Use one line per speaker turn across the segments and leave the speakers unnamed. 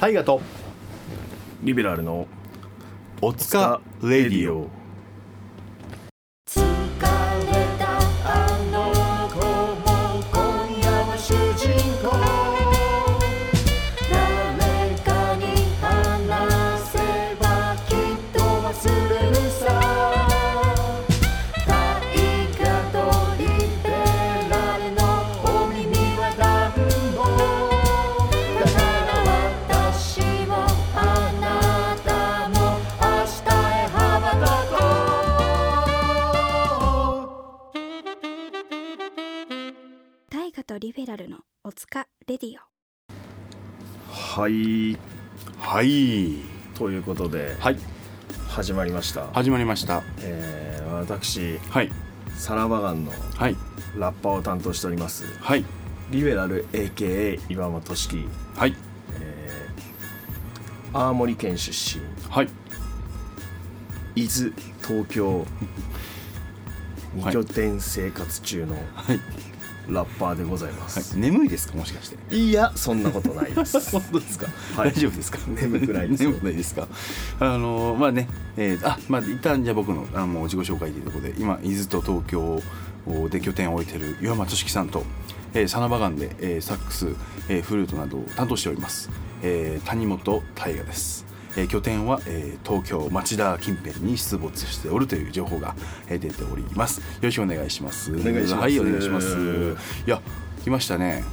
大河と
リベラルの
おつかレディオ
疲れたあの子も今夜は主人公誰かに話せばきっと忘れるさ大河とリベラルのお耳は暖房だから私もあなたも明日へ羽ばたこう
大河とリベラルのおつかレディオ
はい
はい
ということで
はい
始まりました、
始まりました
えー私
はい
サラバガンの
はい
ラッパーを担当しております
はい
リベラル AKA 岩間俊樹
はい
青森県出身
はい
伊豆東京2拠点生活中の
はい
ラッパーでございます、
眠いですかもしかして
い、やそんなことないです
本当ですか、
はい
大丈夫ですか
眠くないですよ
眠くないですかあのまあね、えーあまあ一旦じゃあ僕のあもう自己紹介というところで今伊豆と東京で拠点を置いている岩間俊樹さんと、えー、サナバガンで、えーサックス、えーフルートなどを担当しております、えー谷本大我ですえー拠点は、えー東京町田近辺に出没しておるという情報が、えー出ておりますよろしくお願いしますお
願いします
はいお願いしますいや来ましたね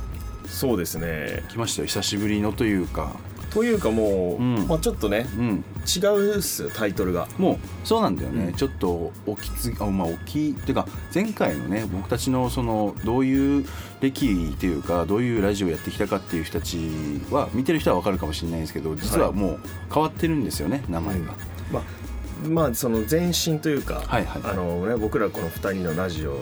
そうですね
来ましたよ久しぶりのというか
というかもう、
うん
まあ、ちょっとね
うん
違うっすタイトルが
もうそうなんだよね、
うん
ちょっと起きつあまあ起きっていうか前回のね僕たちのそのどういう歴っていうかどういうラジオやってきたかっていう人たちは見てる人はわかるかもしれないんですけど実はもう変わってるんですよね、名前が、
まあ、まあその前身というか、
はいはいはい
あのね、僕らこの2人のラジオ、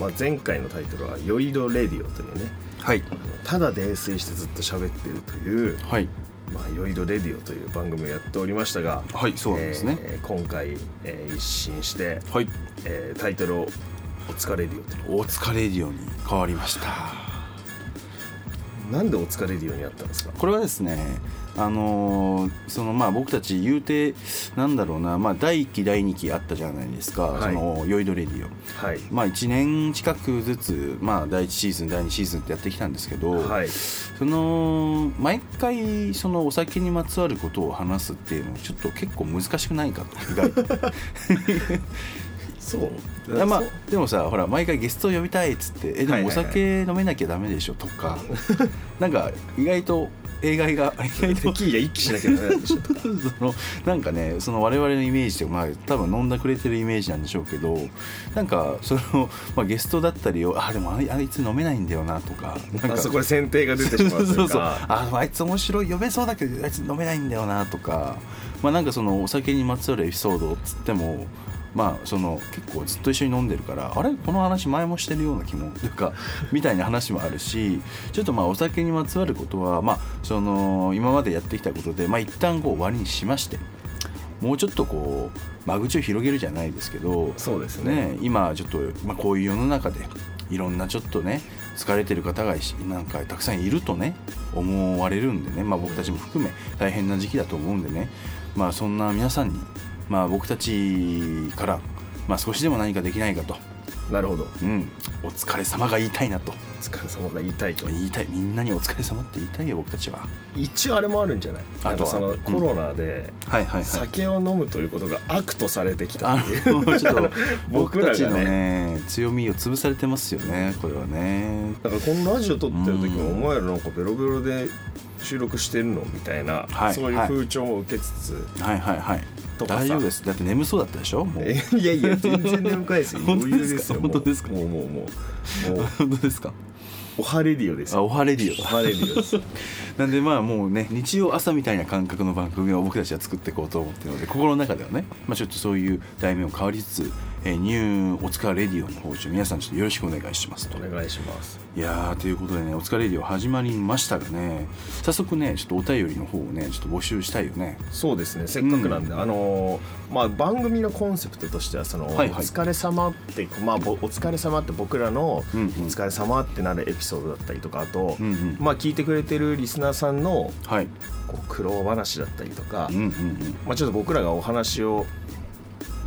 まあ、前回のタイトルは「酔いどレディオ」というね
はい
ただ泥酔してずっと喋ってるという
はい
「まあ、酔いどレディオ」という番組をやっておりましたが、
はいそうなんですね、
えー今回、えー一新して、
はい
えータイトルを「お疲れディオ」という
大塚レディオに変わりました
なんで「お疲れディオ」にやったんですか
これはですねあのーそのまあ僕たち言うてなんだろうな、まあ、第1期第2期あったじゃないですか、
はい
その酔いどレディオ
はい、
まあ、1年近くずつ、まあ、第1シーズン第2シーズンってやってきたんですけど、
はい、
その毎回そのお酒にまつわることを話すっていうのはちょっと結構難しくないかと意外と
そう
いやまあ、でもさほら毎回ゲストを呼びたいっつって「えで
はい
も
は
お
いはい
酒飲めなきゃダメでしょ」と かなんか意外と映画が意外と
テキーラ一気しなきゃダメなんでしょとか
そのなんかねその我々のイメージでまあ多分飲んだくれてるイメージなんでしょうけどなんかその、まあ、ゲストだったりをあでもあいあいつ飲めないんだよなとかなん
あ
か
そこで選定が出てしまうとい
そ
か
ううそうそうああいつ面白い呼べそうだけどあいつ飲めないんだよなとか、まあ、なんかそのお酒にまつわるエピソードっつっても、まあ、その結構ずっと一緒に飲んでるからあれこの話前もしてるような気もというかみたいな話もあるしちょっとまあお酒にまつわることは、まあ、その今までやってきたことで、まあ、一旦こう終わりにしましてもうちょっとこう間口を広げるじゃないですけど
そうですね
ね、今ちょっと、まあ、こういう世の中でいろんなちょっとね疲れてる方がいしなんかたくさんいるとね思われるんでね、まあ、僕たちも含め大変な時期だと思うんでね、まあ、そんな皆さんに、まあ、僕たちから、まあ、少しでも何かできないかと、
なるほど
うん、お疲れ様が言いたいなと
お疲れ様が言いたいと
言いたいみんなにお疲れ様って言いたいよ僕たちは
一応あれもあるんじゃない
あとは
なんかその
うん
コロナで
はいはいはい
酒を飲むということが悪とされてきた
あ
っていう
のちょっと
僕
僕
ら
た
がね
ちのね強みを潰されてますよねこれはね
だからこのラジオ撮ってる時も「お
うん
前らなんかベロベロで収録してるの?」みたいな、
はい
そういう風潮を受けつつ、
はいはいはい
とかさ
大丈夫ですだって眠そうだったでしょもう
えい、やいや全然眠くないですよ
本当ですか
余裕よもうもう
本
もうもうもう
本当ですか
おはレディオです
あ
よ
おはレデ
お
ィオ
はレディオです
なんでまあもうね日曜朝みたいな感覚の番組を僕たちは作っていこうと思ってるので心の中ではね、まあ、ちょっとそういう題名を変わりつつ、ええーニューおつかレディオの方で皆さんちょっとよろしくお願いしますと。
お願いします
いやーということでね「おつかレディオ」始まりましたがね早速ねちょっとお便りの方をねちょっと募集したいよね。
そうですねせっかくなんで、
うん
あのーまあ、番組のコンセプトとしてはその、
はいはい
お疲れ様って、まあ、ぼお疲れ様って僕らの、
うんうん
お疲れ様ってなるエピソードだったりとかあと、
うんうん
まあ、聞いてくれてるリスナーさんの
はい、
こう苦労話だったりとか、
うんうん
まあ、ちょっと僕らがお話を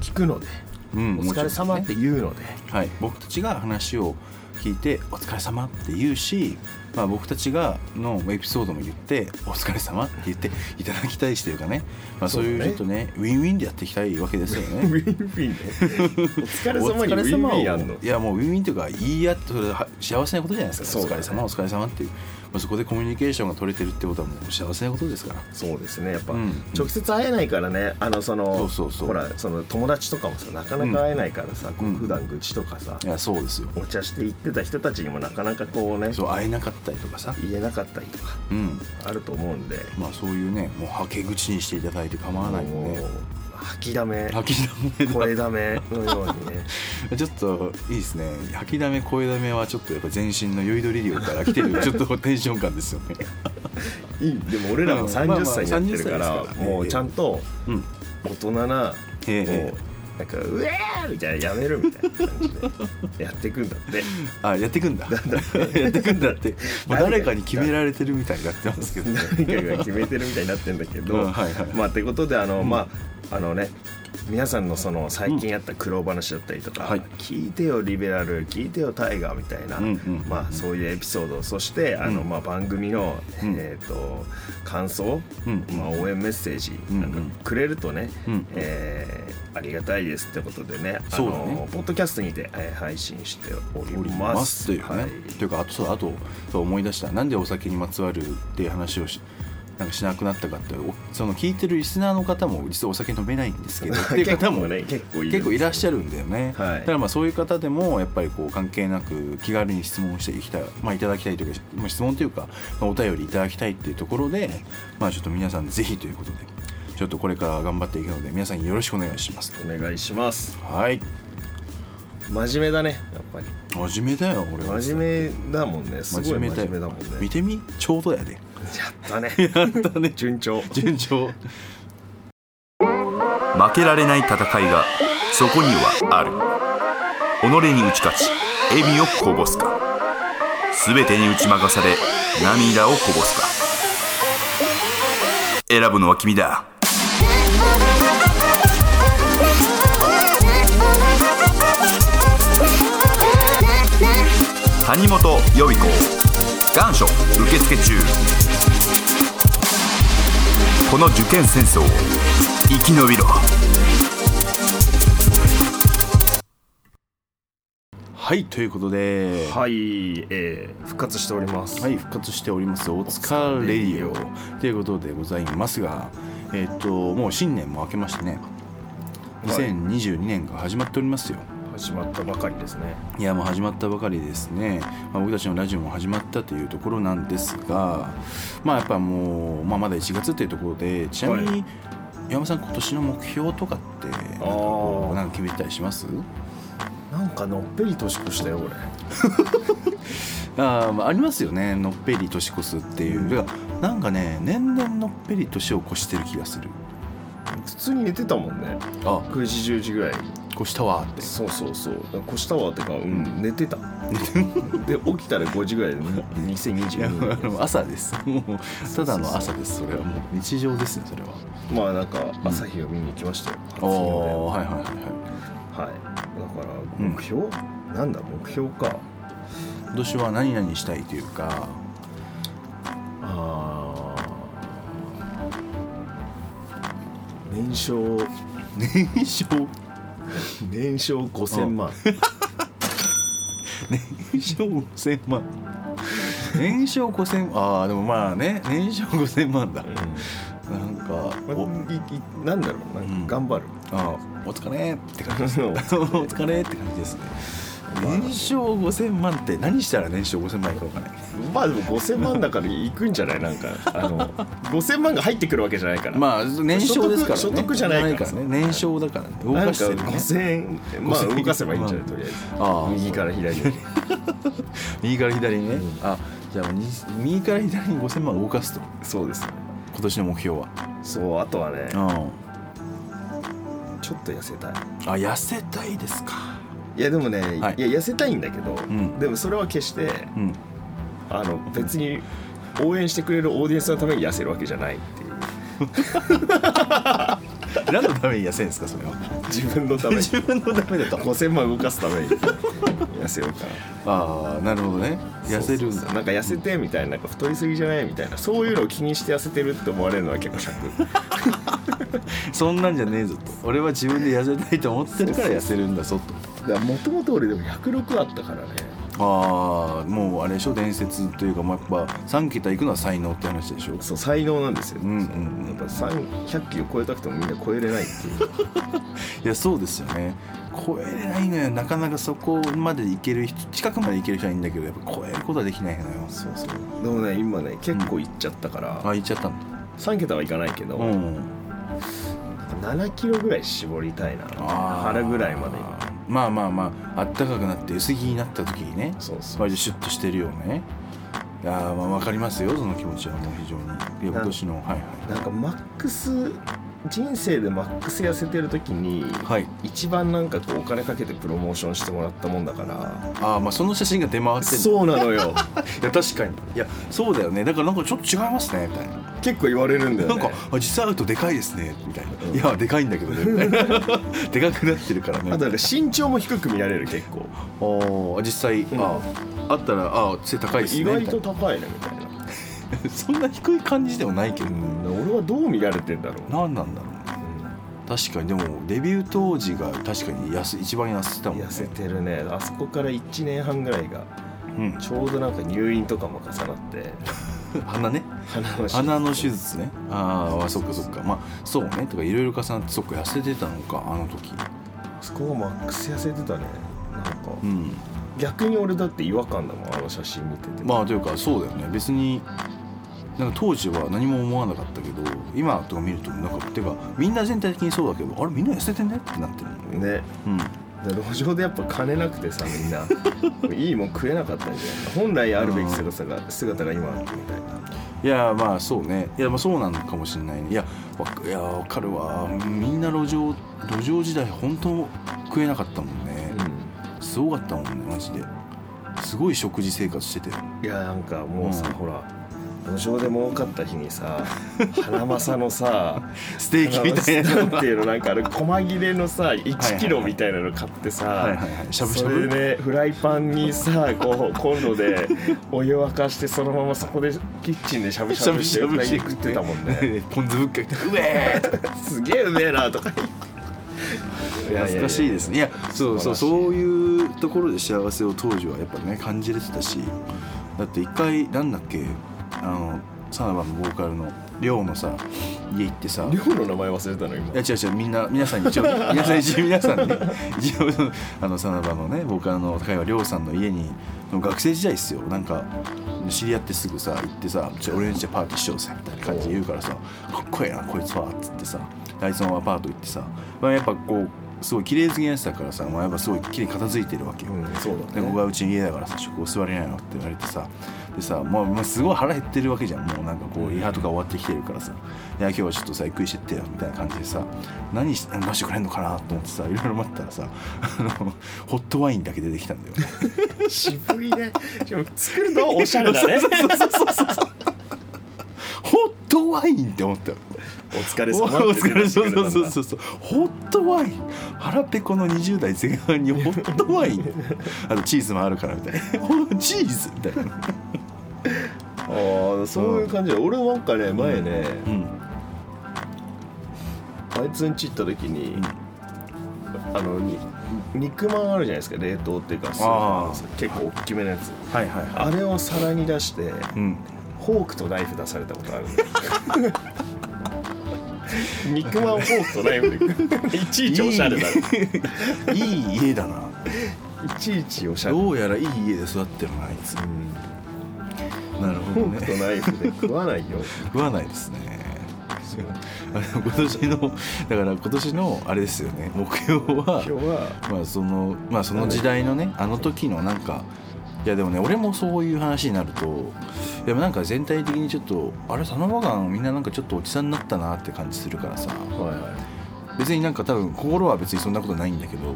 聞くので、
うんうん、
お疲れ様って言うので、
はい、僕たちが話を聞いて「お疲れ様って言うし、まあ、僕たちがのエピソードも言って「お疲れ様って言っていただきたいしというかね、まあ、そういうちょっとねウィンウィンでやっていきたいわけですよ
ウ
ね。
ィンウ ィンでお疲れ様にウィンウィンやんの
いやもうウィンウィンというか言い合ってそれは幸せなことじゃないですか、
そ
お
うだ
疲
ね
れ様お疲れ様っていう、まあ、そこでコミュニケーションが取れてるってことはもう幸せなことですから。
そうですねやっぱ、
うん
直接会えないからねあのその
そうそうそう
ほらその友達とかもさなかなか会えないからさ、こう
うん
普段愚痴とかさ、
いやそうですよ
お茶して行ってた人たちにもなかなかこうね
そう会えなかったりとかさ、
言えなかったりとか
うん
あると思うんで
まあ、そういうねもうはけ口にしていただいて構わないの
も
で、ね、
う吐きだめ
吐きだめだ
これだめのように ね
ちょっといいですね吐きだめ声だめはちょっとやっぱ全身の酔いどり量から来てるちょっとテンション感ですよね
いいでも俺らも
うんまあまあ
30歳になってるから,、
30歳ですから
もうちゃんと
うん
大人な、
え
も
え
うなんか「うえー!」みたいなやめるみたいな感じでやっていくんだ って。
あやってくんだやってくんだってもう誰かに決められてるみたいになってますけどね
何かが決めてるみたいになってんだけど、
うんはいはい
まあってことであの、まああのね皆さんのその最近あった苦労話だったりとか、
うんはい
聞いてよリベラル聞いてよタイガーみたいな、
うんうん
まあ、そういうエピソードそしてあの、
うん
まあ、番組の、
うん
えー、と感想、
うん
まあ、応援メッセージ
うん
なんかくれるとね、
うん
えーありがたいですってことでねあ
そうだ
の
ね
ポッドキャストにて、えー配信しており
おり
ます。
ますというかね、
はい
というかあとそうあとそう思い出したなんでお酒にまつわるっていう話をしなんかしなくなったかっておその聞いてるリスナーの方も実はお酒飲めないんですけどっていう方も
結構ね結構いる
結構いらっしゃるんだよね、
はい
だからまあそういう方でもやっぱりこう関係なく気軽に質問していきたい,、まあ、いただきたいというかまあ質問というか、まあお便りいただきたいっていうところで、まあ、ちょっと皆さんぜひということでちょっとこれから頑張っていくので皆さんよろしくお願いします
お願いします
はい
真面目だねやっぱり
真面目だよ俺は
真面目だもんねすごい真面目だもんね
見てみちょうどやで
やったね
やったね
順調
順調
負けられない戦いがそこにはある己に打ち勝ち笑みをこぼすか全てに打ち負かされ涙をこぼすか選ぶのは君だ谷本予備校願書受付中この受験戦争を生き延びろ
はいということでは
はい、えー、復活しております、
い復活しております「おつかレディオ」ということでございますがえっ、ともう新年も明けましてね2022年が始まっておりますよ
始まったばかりですね
いやもう始まったばかりですね、まあ、僕たちのラジオも始まったというところなんですがまあやっぱもう、まあ、まだ1月というところでちなみに、山さん今年の目標とかってなんかこ
あー
うなんか決めてたりします
なんかのっぺり年越したよ俺
あーまあありますよねのっぺり年越すっていう、だからなんかね年々のっぺり年を越してる気がする
普通に寝てたもんね
あ
9時10時ぐらい
越したわって
そうそうそう越したわってかうん寝て たで起きたら5時ぐらいで
いやあ
2022
の朝 ですもうただの朝ですそれはもう日常ですねそれは
まあなんか朝日を見に行きましたよ初日の出を
おーはいはいはいはい
はい、だから
うん
目標、なんだ目標か
今年は何々したいというか
あー年商
年商
年商5000万
年商5000万 年商5000ああでもまあね年商5000万だなんかお
いいなんだろうなんか頑張る、
あーお疲れって感じです
お
お疲れって感じですね年商5000万って何したら年商5000万いくのかね
まあでも5000万だから行くんじゃないなんかあの5000万が入ってくるわけじゃないから
まあ年商ですからね
所得じゃないから
ね年商だからね動
なん
か
か
してるね
5000円まあ
5000
動かせばいいんじゃないとりあえず
ああ
右から左に
右から左にね、あじゃあに右から左に5000万動かすと
そうですね
今年の目標は
そうあとはね
う
ちょっと痩せたい
んあ痩せたいですか
いやでもね、
はい
い、や痩せたいんだけど、
ん
でもそれは決して
うん
あの別に応援してくれるオーディエンスのために痩せるわけじゃないっていう
何のために痩せるんですかそれは
自分のために
自分のためだと
5000万動かすために痩せようかな
ああなるほどね痩せるん
そうそうそう
だ
なんか痩せてみたいななんか太りすぎじゃないみたいなそういうのを気にして痩せてるって思われるのは結構尺
そんなんじゃねえぞと俺は自分で痩せたいと思ってるから痩せるんだぞと
もともと俺でも106あったからね
ああもうあれでしょ伝説というかもうやっぱ3桁いくのは才能って話でしょ
そう才能なんですよ、
うんうん
やっぱ100キロ超えたくてもみんな超えれないっていう
いやそうですよね超えれないのよなかなかそこまで行ける人近くまで行ける人はいいんだけどやっぱ超えることはできないのよそうそう
でもね今ね結構いっちゃったから、
あ行っちゃったんだ
3桁はいかないけど、
うん
7キロぐらい絞りたいな
あー
腹ぐらいまで今
まあまあまああったかくなって薄着になった時にね
そうそう
割とシュッとしてるよねいやーまあ分かりますよその気持ちはもう非常にいや今年のはい
なんかマックス人生でマックス痩せてる時に、
はい、はい、
一番なんかこうお金かけてプロモーションしてもらったもんだから
ああまあその写真が出回ってる
そうなのよ
いや確かにいやそうだよねだからなんかちょっと違いますねみたいな、
結構言われるんだよ
な
ね
んかあ実際会うとでかいですねみたいな、いやでかいんだけどねみた いなでかくなってるからね
あとなんか身長も低く見られる結構
おー実際、
ん
ああったらあ背高いですね
意外と
み
高いなみたいな、
たいなそんな低い感じではないけど、
うん、俺はどう見られてんだろう
何なんだろうね確かにでもデビュー当時が確かに痩せ一番痩せてたもんね
痩せてるねあそこから1年半ぐらいが
うん
ちょうどなんか入院とかも重なって
鼻ね
鼻の
鼻の手術ねあーあそっかそっかまあそうねとかいろいろ重なってそっか痩せてたのかあの時
あそこがマックス痩せてたねなんか、
うん
逆に俺だって違和感だもんあの写真見てて
まあというかそうだよね別になんか当時は何も思わなかったけど今とか見るとなんかてかみんな全体的にそうだけどあれみんな痩せてねってなってるのね
ね
うん
で路上でやっぱ金なくてさみん ないいもん食えなかったんじゃない本来あるべき姿が姿が今あるみたいない
やまあそうねいやまあそうなのかもしれないねいやわかいやわかるわみんな路上路上時代本当食えなかったもんね、すごかったもんねマジですごい食事生 活してて
いやなんかもうさ、
うん
ほら路上で儲かった日にさ花正の さ
ステーキみたいな
花正っていうのなんかあれ細切れのさ
はいは
1
い
キロみたいなの買って
はい
さ
はいはいしゃぶしゃ
それ
ぶ
でねフライパンにさこうコンロでお湯沸かしてそのままそこでキッチンでしゃぶしゃぶして豚肉食ってたもんね
ポン酢ぶっかけてうえー
すげえうめえなとか言って
懐かしいですねいやそうそ
素晴ら
う
しい
そういうところで幸せを当時はやっぱね感じれてたしだって一回なんだっけあのサナバのボーカルの亮のさ家行ってさ
寮の名前忘れたの今
いや違う違うみんな皆さんに一応皆さん一応皆さんね 一応あのサナバのねボーカルの高岩亮さんの家に学生時代っすよなんか知り合ってすぐさ行ってさ「ちょ俺んちでパーティーしようぜ」みたいな感じで言うからさ「かっこええなこいつは」っつってさダイソンアパート行ってさ、まあ、やっぱこうすごい綺麗好きなやつだからさ、まあ、やっぱすごい綺麗に片付いてるわけよ、
うんそうだね
でここがうちの家だからさ食を座れないのって言われてさでさもうもうすごい腹減ってるわけじゃんもうなんかこうリハとか終わってきてるからさ「いや今日はちょっとさゆっくりしてってよ」みたいな感じでさ何し出してくれんのかなと思ってさいろいろ待ったらさあのホットワインだけ出てきたんだよね
渋いねでも作るのはおしゃれだね
ホットワインって思ったよ
お疲れ
お
様
疲れ
そ
そう
そ
うそう
そ
うそう
そ
うそううそうホットワイン腹ペコの20代前半にホットワイ ンあとチーズもあるからみたいな ほチーズみたいな
ああそういう感じで俺なんかね前ね
うん
あいつんち行った時にあのに肉まんあるじゃないですか冷凍っていうかスーパーのさ結構大きめのやつ
はいはいはい
あれを皿に出して
うん
フォークとナイフ出されたことあるん だよ肉まんフォークとナイフでいちいちおしゃれだね
いい家だな
いちいちおしゃれ
どうやらいい家で育ってるなあいつ
うん
なるほ
フ
ど
ォークと
ね
ナイフで食わないよ
食わないですね あれ今年のだから今年のあれですよね目標は
今日は
まあそのまあその時代のねあの時のなんかいやでもね俺もそういう話になるとでもなんか全体的にちょっとあれ佐野和ンみんななんかちょっとおじさんになったなって感じするからさ
は
別になんか多分心は別にそんなことないんだけ ど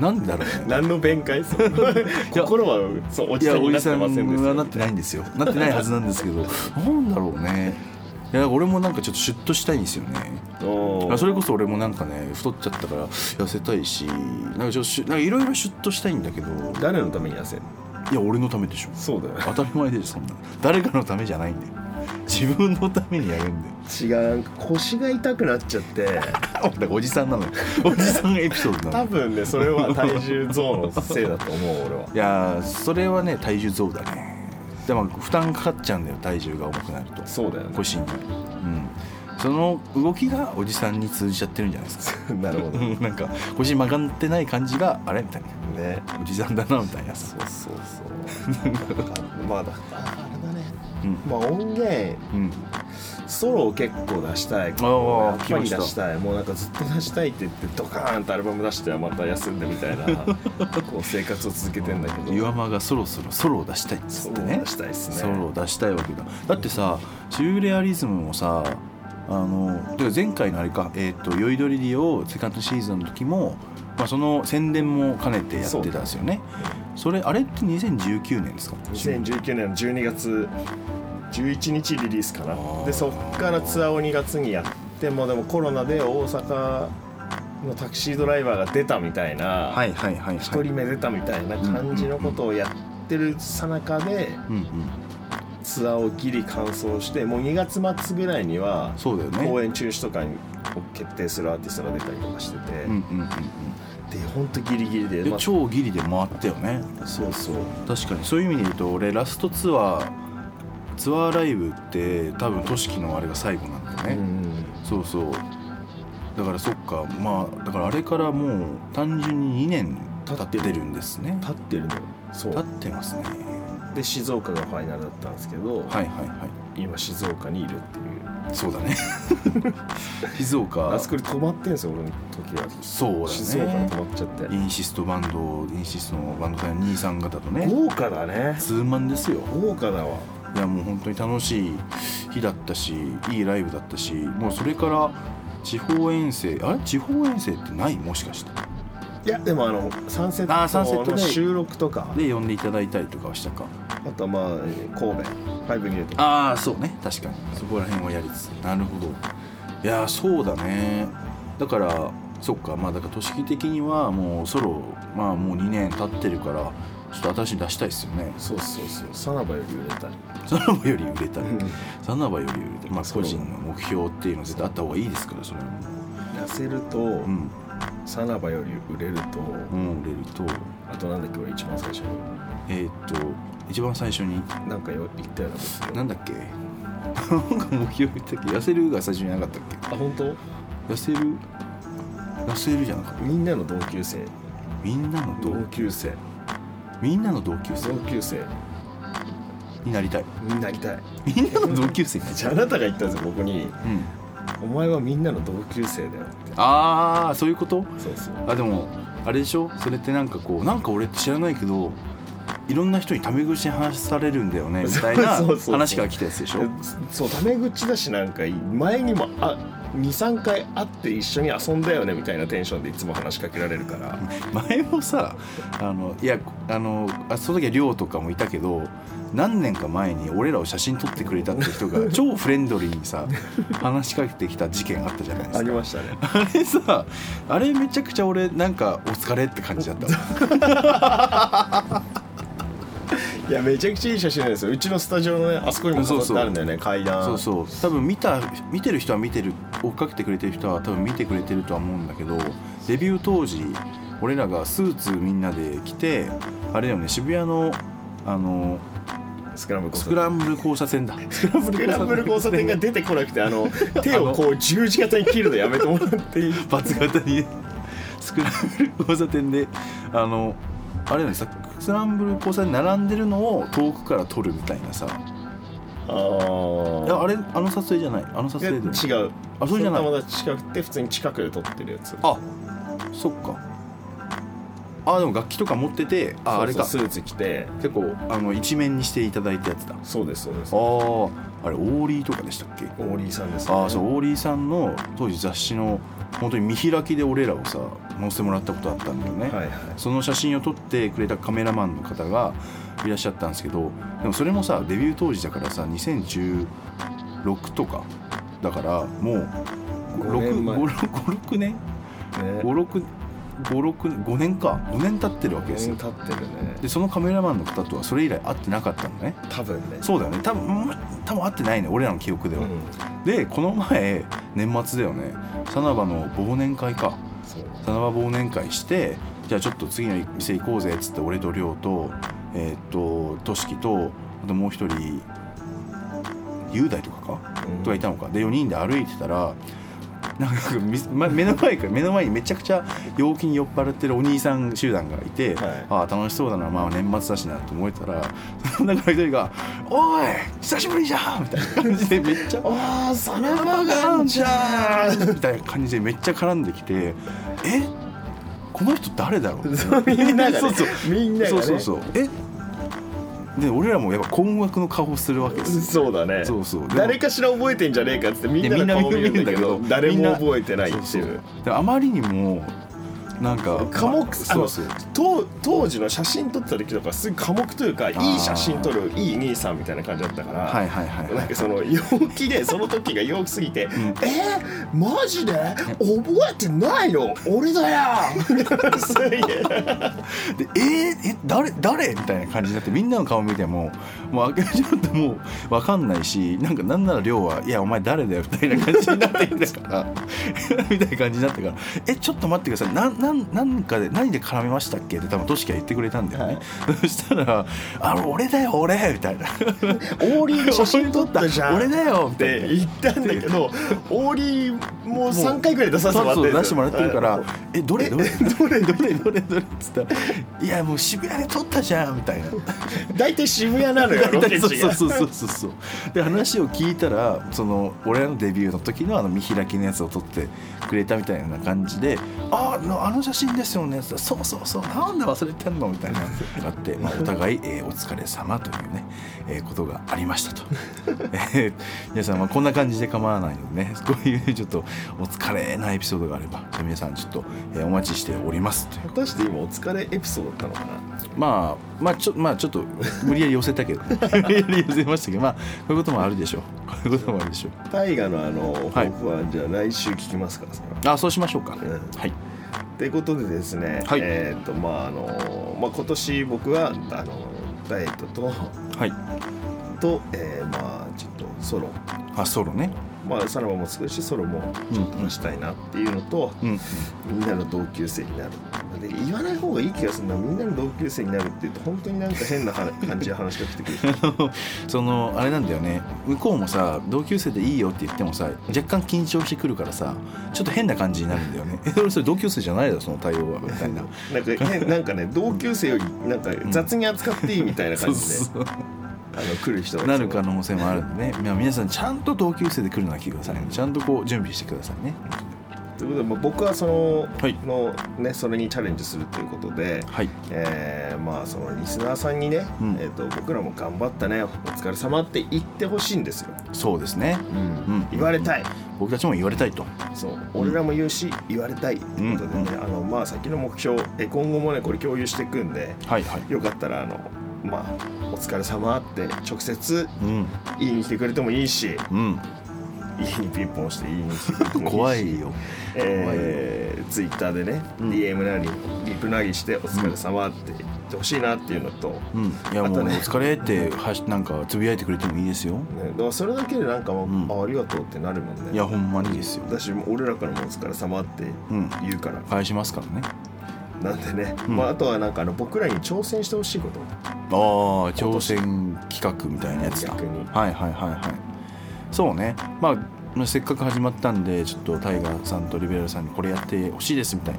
なんだ ろう
い
ね
何の弁解それ心はそうお
い
じさ
や
んに
お
な
じ
って
さん
ませんで
は
す
なってないんですよなってないはずなんですけどなんだろうねいや俺もなんかちょっとシュッとしたいんですよね
おー
あそれこそ俺もなんかね太っちゃったから痩せたいしなんかちょっとシュなんかいろいろシュッとしたいんだけどい
誰のために痩せる
や俺のためでしょ
そうだよ
当たり前でしょそんなの誰かのためじゃないんだよ自分のためにやるんだよ
違うなんか腰が痛くなっちゃって
あだからおじさんなのよおじさんエピソードなの
多
よ
分ねそれは体重増のせいだと思う俺はい
やーそれはね体重増だねでも負担かかっちゃうんだよ体重が重くなると
そうだよね
腰にうんその動きがおじさんに通じちゃってるんじゃないですか
な るほどね
なんか腰曲がってない感じがあれみたいなおじさんだなみたいな
そうそうそう まあだからあれだね、
うん
まあ音源
うん
ソロを結構出したい
あ
や
ー
っぱり
来ました
出したいもうなんかずっと出したいって言ってドカーンとアルバム出してはまた休んでみたい なこう生活を続けてんだけど
岩間がそろそろソロを出したいっつ
そ
っ
う
てね
出したいですね
ソロを出したいわけだだってさシューレアリズムもさあのてか前回のあれか「えー、と酔いどりり」をセカンドシーズンの時も、まあ、その宣伝も兼ねてやってたんですよねそれあれって2019年ですか
2019年の12月11日リリースかな
ー
でそっからツアーを2月にやってもうでもコロナで大阪のタクシードライバーが出たみたいな、
はいはいはいはい
1人目出たみたいな感じのことをやってるさなかで
うんうん
ツアーをギリ完走してもう2月末ぐらいには
そうだよね
公演中止とかに決定するアーティストが出たりとかしてて、
うんうんうん
で本当ギリギリで
うんで
まあ
超ギリで回ったよね
そうそう
確かにそういう意味で言うと俺ラストツアーツアーライブって多分 TOSHIKI のあれが最後なんだよね、
うん
そうそうだからそっかまあだからあれからもう単純に2年経ってるんですね
立ってるのそ
経っ
う
てますね
で静岡がファイナルだったんですけど、
はいはいはい
今静岡にいるっていう
そう だね静岡
あそこに止まってんすよ俺の時は、
そう
静
だ
岡に
ね
止まっちゃって
インシストバンドインシストのバンドさん兄さん方とね
豪華だね
ツーマンですよ
豪華だわ
いやもう本当に楽しい日だったしいいライブだったしもうそれから地方遠征あれ地方遠征ってないもしかして
いやでもあのサンセ
あーサンセッ
ット
ト
の
で
収録とか
で呼んでいただいたりとかはしたか
あとはまあ神戸ファイブミューとか
ああそうね確かにそこら辺はやりつつなるほどいやーそうだねだからそっかまあだから都市的にはもうソロまあもう2年経ってるからちょっと新しいの出したいですよね
そうそうそうサナバより売れたり
サナバより売れたい
うん
サナバより売れたいまあ
そう
個人の目標っていうのは絶対あった方がいいですからそれは
痩せると、
うん
サナバより売れると、
うん売れると
あとなんだっけ俺一番最初に
えーっと一番最初に
なんかよ言ったようなこと
なんだっけなんか目標言ったっけ痩せるが最初になかったっ
あ本当
け痩せる痩せるじゃなかった
みんなの同級生
みんなの同
同級生
みんなの同級生
同級生
になりたい。
になりたい
みんなの同級生になり
じゃ
た
あ
い。
あなたが言ったんですよ僕に
うん、
「お前はみんなの同級生だよ」って
ああそういうこと
そうそう
あでもあれでしょそれってなんかこうなんか俺って知らないけどいろんな人にタメ口で話されるんだよねみたいな
そうそうそう
話から来たやつでしょ
そうタメ口だしなんか前にも23回会って一緒に遊んだよねみたいなテンションでいつも話しかけられるから
前もさあのいやあのあその時は亮とかもいたけど何年か前に俺らを写真撮ってくれたって人が超フレンドリーにさ話しかけてきた事件あったじゃないです
あ
か
りましたね
あれさあれめちゃくちゃ俺なんかお疲れって感じだったわ
いやめちゃくちゃいい写真なんですようちのスタジオのねあそこにも飾ってあるんだよね階段
そうそう多分見た見てる人は見てる追っかけてくれてる人は多分見てくれてるとは思うんだけどデビュー当時俺らがスーツみんなで着てあれだよね渋谷のあの
スクランブル
スクランブル交差点だスクラン
ス
ブ
クランブル交差点が出てこな くてあの手をこう十字型に切るのやめてもらっていい
罰型にねスクランブル交差点であのあれなんですスランブル交差点並んでるのを遠くから撮るみたいなさ
あ
い
ー
やあれあの撮影じゃないあの撮
いや
影
違
で
う
あそうじゃない
まだ近くて普通に近くで撮ってるやつ
あそっかあでも楽器とか持っててああれ
そう
か
そうスーツ着て
結構あの一面にしていただいたやつだあ
そうですそうです
あーあれオーリーとかでしたっけ
オーリーさんです、
ああそうオーリーさんの当時雑誌の本当に見開きで俺らをさ載せてもらったことあったんだよね、
はいはい
その写真を撮ってくれたカメラマンの方がいらっしゃったんですけどでもそれもさデビュー当時だからさ2016とかだからもう
五年前
56年
ね
5656年か5年経ってるわけですよ
経ってるね
でそのカメラマンの方とはそれ以来会ってなかったのね
多分ね
そうだよね多分うん多分会ってないね俺らの記憶では、
ん、
でこの前年末だよねさなばの忘年会か
そう
さなば忘年会してじゃあちょっと次の店行こうぜっつって俺と亮とえーっととしきとあともう一人雄大とかか、
うん
とかいたのかで4人で歩いてたらなんかみ、ま、目の前から目の前にめちゃくちゃ陽気に酔っ払ってるお兄さん集団がいて、
はい
ああ楽しそうだな、まあ、年末だしなと思えたら その中の一人が「おい久しぶりじゃん!」みたいな感じでめっちゃ「
ああそれ
生があんじゃんみたいな感じでめっちゃ絡んできて「えこの人誰だろう?」
みんなが、ね、
そうそう
みんなが、ね、
そうそうそうえで俺らもやっぱ困惑の顔をするわけですよ
そうだね
そうそうでも
誰かしら覚えてんじゃねえかっつってみん
でみん
な
な
の顔見るんだけど
見るんだけど
誰
みん
も
な
覚えてないっていう
そうそうであまりにもなんか
寡黙あ
そ
の
うそう
当当時の写真撮ってた時とかすごい寡黙というかい
ー
い写真撮るいい兄さんみたいな感じだったから、
はいはいはいは
なん
い
かその陽気でその時が陽気すぎて「えー、マジで覚えてないの俺だよ!」すげえ
でえー、え誰誰みたいな感じになってみんなの顔見てももう開けちゃうともう分かんないしなんかなんなら亮はいやお前誰だよみたいな感じになってきたから みたいな感じになってからえちょっと待ってくださいなんなんなんかで何で絡みましたっけって多分トシキが言ってくれたんだよね、そしたら「あ俺だよ俺」みたい
オ
な
ーリーの写真撮ったじゃん
俺だよ」
っ
み
た
い
て
な。
言ったんだけどオーリーも3回ぐらい出させてもらって
そ
る
う出してもらってるから「えどれど れどれどれどれどれ」っつったら「いやもう渋谷で撮ったじゃん」みたいな
大体渋谷なのよロケ地が
そうそうそうそうそうそうで話を聞いたらその俺らのデビューの時のあの見開きのやつを撮ってくれたみたいな感じで「ああのあの写真ですよね」そうそうそうなんで忘れてんの」みた いなのがあって、まあ、お互い、えーお疲れ様というね、えーことがありましたと、えー皆さん、まあ、こんな感じで構わないのでね こういうちょっとお疲れなエピソードがあればじゃあ皆さんちょっと、えーお待ちしておりますという
果たして今お疲れエピソードだったのかな
まあまあちょ,、まあ、ちょっと無理やり寄せたけ ど、ね、無理やり寄せましたけどまあこういうこともあるでしょうこういうこともあるでしょう
大河のあの
はい
抱負はじゃあ来週聞きますからさ、
あそうしましょうか、
うん
はい
ということでですね、
はい
えっ、とまああの、まあ、今年僕はあのダイエットと
はい
と、えーまあちょっとソロ
あソロね
まあさらばも作るしソロもちょっと出したいなっていうのと、
うん うん
みんなの同級生になるで言わない方がいい気がするなみんなの同級生になるって言うと本当になんか変な話感じで話が来てくる
そのあれなんだよね向こうもさ同級生でいいよって言ってもさ若干緊張してくるからさちょっと変な感じになるんだよね え俺それ同級生じゃないだろその対応はみたいな
なんか変なんかね同級生よりなんか雑に扱っていいみたいな
そ
感
う
じで、
そう
あの来る人が
なる可能性もあるんでねまあ皆さんちゃんと同級生で来るのは聞いてくださいねちゃんとこう準備してくださいね
ということで、まあ、僕はその,、
はい
のね、それにチャレンジするということで、
はい
えーまあ、そのリスナーさんにね、
うん
えー、と僕らも頑張ったねお疲れ様って言ってほしいんですよ、
そうですねうん
言われたい
僕たちも言われたいと
そう俺らも言うし言われたいってことでね、あのまあ、先の目標え今後もねこれ共有していくんで
はいはい
よかったらあの、まあ、お疲れ様って直接
うん
言いに来てくれてもいいし
うん
家にピンポンして言いに来てくれてもいいし
怖いよ
えー、ツイッターでね、
うん
DM なりリプなりして「お疲れ様って言ってほしいなっていうのと、
うん、いや
あ
も
と
う、
ね
ね、お疲れってはしなんかつぶやいてくれてもいいですよ
ね、だからそれだけでなんかもう、
うん
あありがとうってなるもんね
いやほんまにですよ
私も俺らからも「お疲れ様って
うん
言うから、
返しますからね
なんでね、
うん
まあ、あとはなんかあの僕らに挑戦してほしいこと
ああ挑戦企画みたいなやつだは
逆
い
に
はいはいはいそうねまあまあせっかく始まったんでちょっとタイガーさんとリベラルさんにこれやってほしいですみたい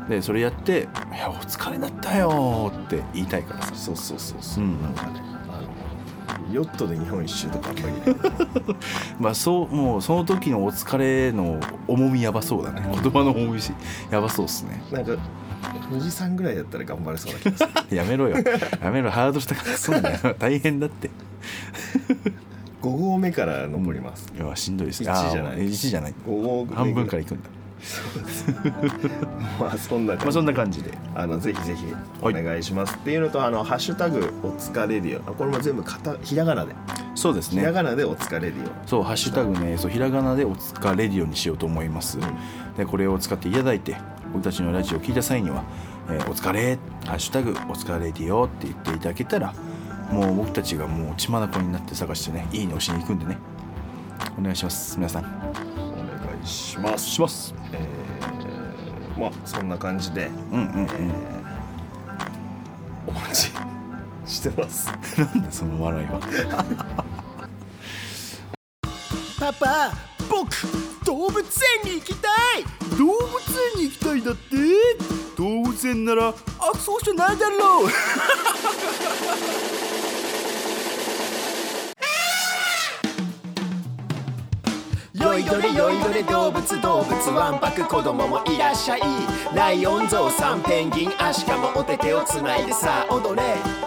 なでそれやって「いやお疲れだったよ」って言いたいからさ
そうそうそう
う
そ
ん
う、
うん
あのヨットで日本一周とかあんまり ね
まあそうもうその時のお疲れの重みやばそうだね言葉の重みしやばそうっすね
なんか富士山ぐらいだったら頑張れそうな気が する
やめろよやめろハードル高くすんなよ大変だって
5合目から登ります、
いやしんどいで
一
す
じゃない
あー一じゃない
五合目
半分からら行くんだ
まあそんな
ま
感
あ
じ、
そんな感じで
あのぜひぜひお
はい
願いします、っていうのとあの「ハッシュタグお疲れるよ」あこれも全部かたひらがなで
そうです
ひら
ね
がなでお疲れるよ
そうハッシュタグねそうひらがなで「おつかレディオ」にしようと思います、でこれを使っていただいて僕たちのラジオを聞いた際には「えーお疲れ」「ハッシュタグお疲れレディオ」って言っていただけたらもう僕たちがもう血眼になって探してねいいねをしに行くんでねお願いします皆さん
お願いします
します
えーまあそんな感じで
うんうんうん
お待ちしてます
なんだその笑いは
パパ僕動物園に行きたい
動物園に行きたいだって動物園ならあそうじゃないだろう
よいどれよいどれ動物動物わんぱく子供もいらっしゃいライオンゾウさんペンギンアシカもお手手をつないでさあ踊れ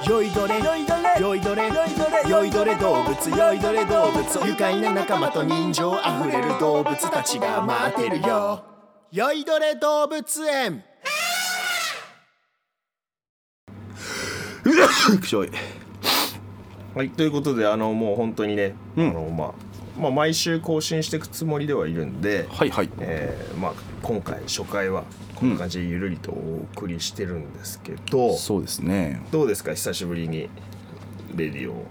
よいどれよいどれよいどれよいどれ動物よいどれ動物愉快な仲間と人情あふれる動物たちが待ってるよよいどれ動物園
くしょい
はい、ということであのもう本当にね、
うん
あのまあ、まあ毎週更新していくつもりではいるんで、
はいはい
えーまあ、今回初回はこんな感じでゆるりとお送りしてるんですけど、
そうですね
どうですか久しぶりにレディを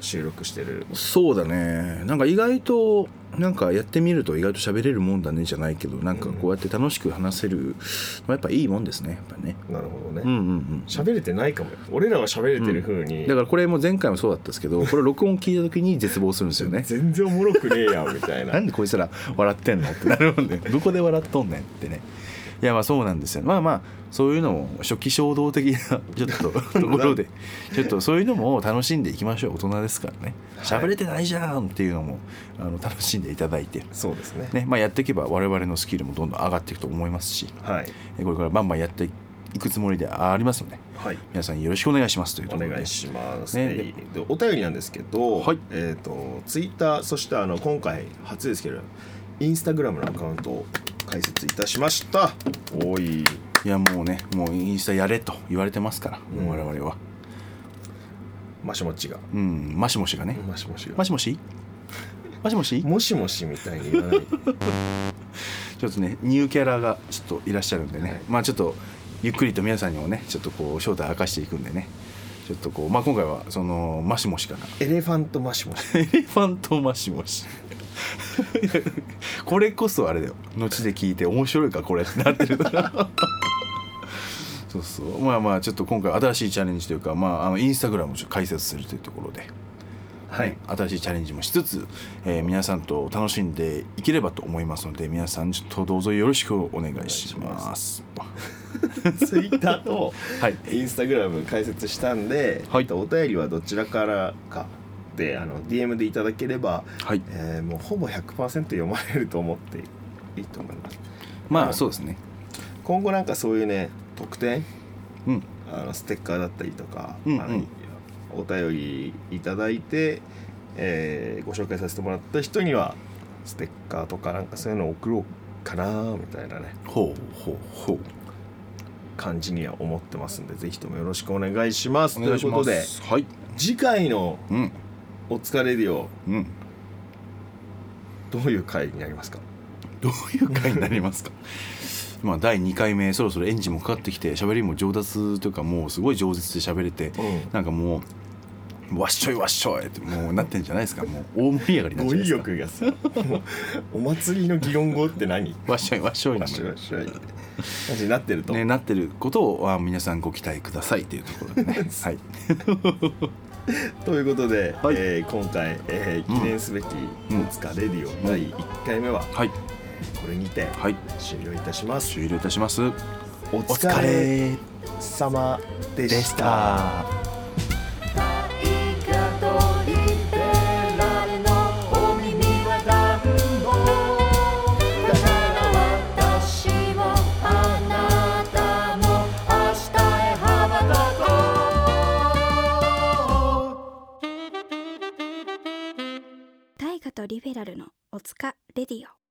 収録してる
そうだねなんか意外となんかやってみると意外と喋れるもんだねじゃないけどなんかこうやって楽しく話せる、まあ、やっぱいいもんですねやっぱね
なるほど
うん
ね
うんうん
喋、れてないかもよ俺らは喋れてる風に、
だからこれも前回もそうだったんですけどこれ録音聞いた時に絶望するんですよね
全然おもろくねえやんみたい
な
なん
でこいつら笑ってんのってなるもんね どこで笑っとんねんってねいやまあそうなんですよまあまあそういうのも初期衝動的なちょっとところ でちょっとそういうのも楽しんでいきましょう大人ですからね喋れてないじゃんっていうのもあの楽しんでいただいて
そうですね
ねまあ、やっていけば我々のスキルもどんどん上がっていくと思いますし
はい、
えこれからバンバンやっていくつもりでありますので
はい、
皆さんよろしくお願いしますというと
お
ころで
願いします、
ね
ででお便りなんですけど、
はい
えっ、とツイッターそしてあの今回初ですけどインスタグラムのアカウントを開設いたしましたおい
いやもうねもうインスタやれと言われてますから、もう我々は
マシモチが
うんマシモシがね、
マシモチが
マシモシマシモシ
もしもしみたいに言わ ない
ちょっとねニューキャラがちょっといらっしゃるんでね、
はい
まあちょっとゆっくりと皆さんにもねちょっとこう正体明かしていくんでねちょっとこうまあ今回はそのマシモシから
エレファントマシモチ
エレファントマシモシこれこそあれだよ後で聞いて面白いかこれってなってるそうそうまあまあちょっと今回新しいチャレンジというか、まあ、あのインスタグラムをちょっと開設するというところで、
はい
新しいチャレンジもしつつ、えー皆さんと楽しんでいければと思いますので皆さんちょっとどうぞよろしくお願いします。
ツイッターと
はい
インスタグラム開設したんで、
はい
えっとお便りはどちらからかであの DM でいただければ、
はい
えーもうほぼ100%読まれると思っていいと思います
まあそうですね。
今後なんかそういうね特典
うん、
あのステッカーだったりとか、
うんうん
あのお便りいただいて、えーご紹介させてもらった人にはステッカーとかなんかそういうの送ろうかなみたいなね
ほうほうほう。
感じには思ってますんでぜひともよろしくお願いしますということで
はい。
次回の
うん
「お疲れディオ
うん。」
どういう回になりますか
どういう回になりますか まあ第2回目そろそろエンジンもかかってきて喋りも上達というかもうすごい上舌で喋れて、
うん
なんかもうわっしょいわっしょいってもうなってんじゃないですかもう大盛り上がりになっ
語
ちゃいま
彙
すか
力が さもうお祭りの擬音語って何
わっしょいわっしょいな
面白い面白いって感じになってると、
ね、なってることをあ皆さんご期待くださいというとこ ろでねはい
ということで、
はい
えー今回、えー記念すべき「
うん
おつかレディオ」第1回目は
はい
これにて
はい
終了いたします、
終了いたします
お
お疲
疲れ
れ
様で
で
し
したた
大河とリベラルのおつかレディオ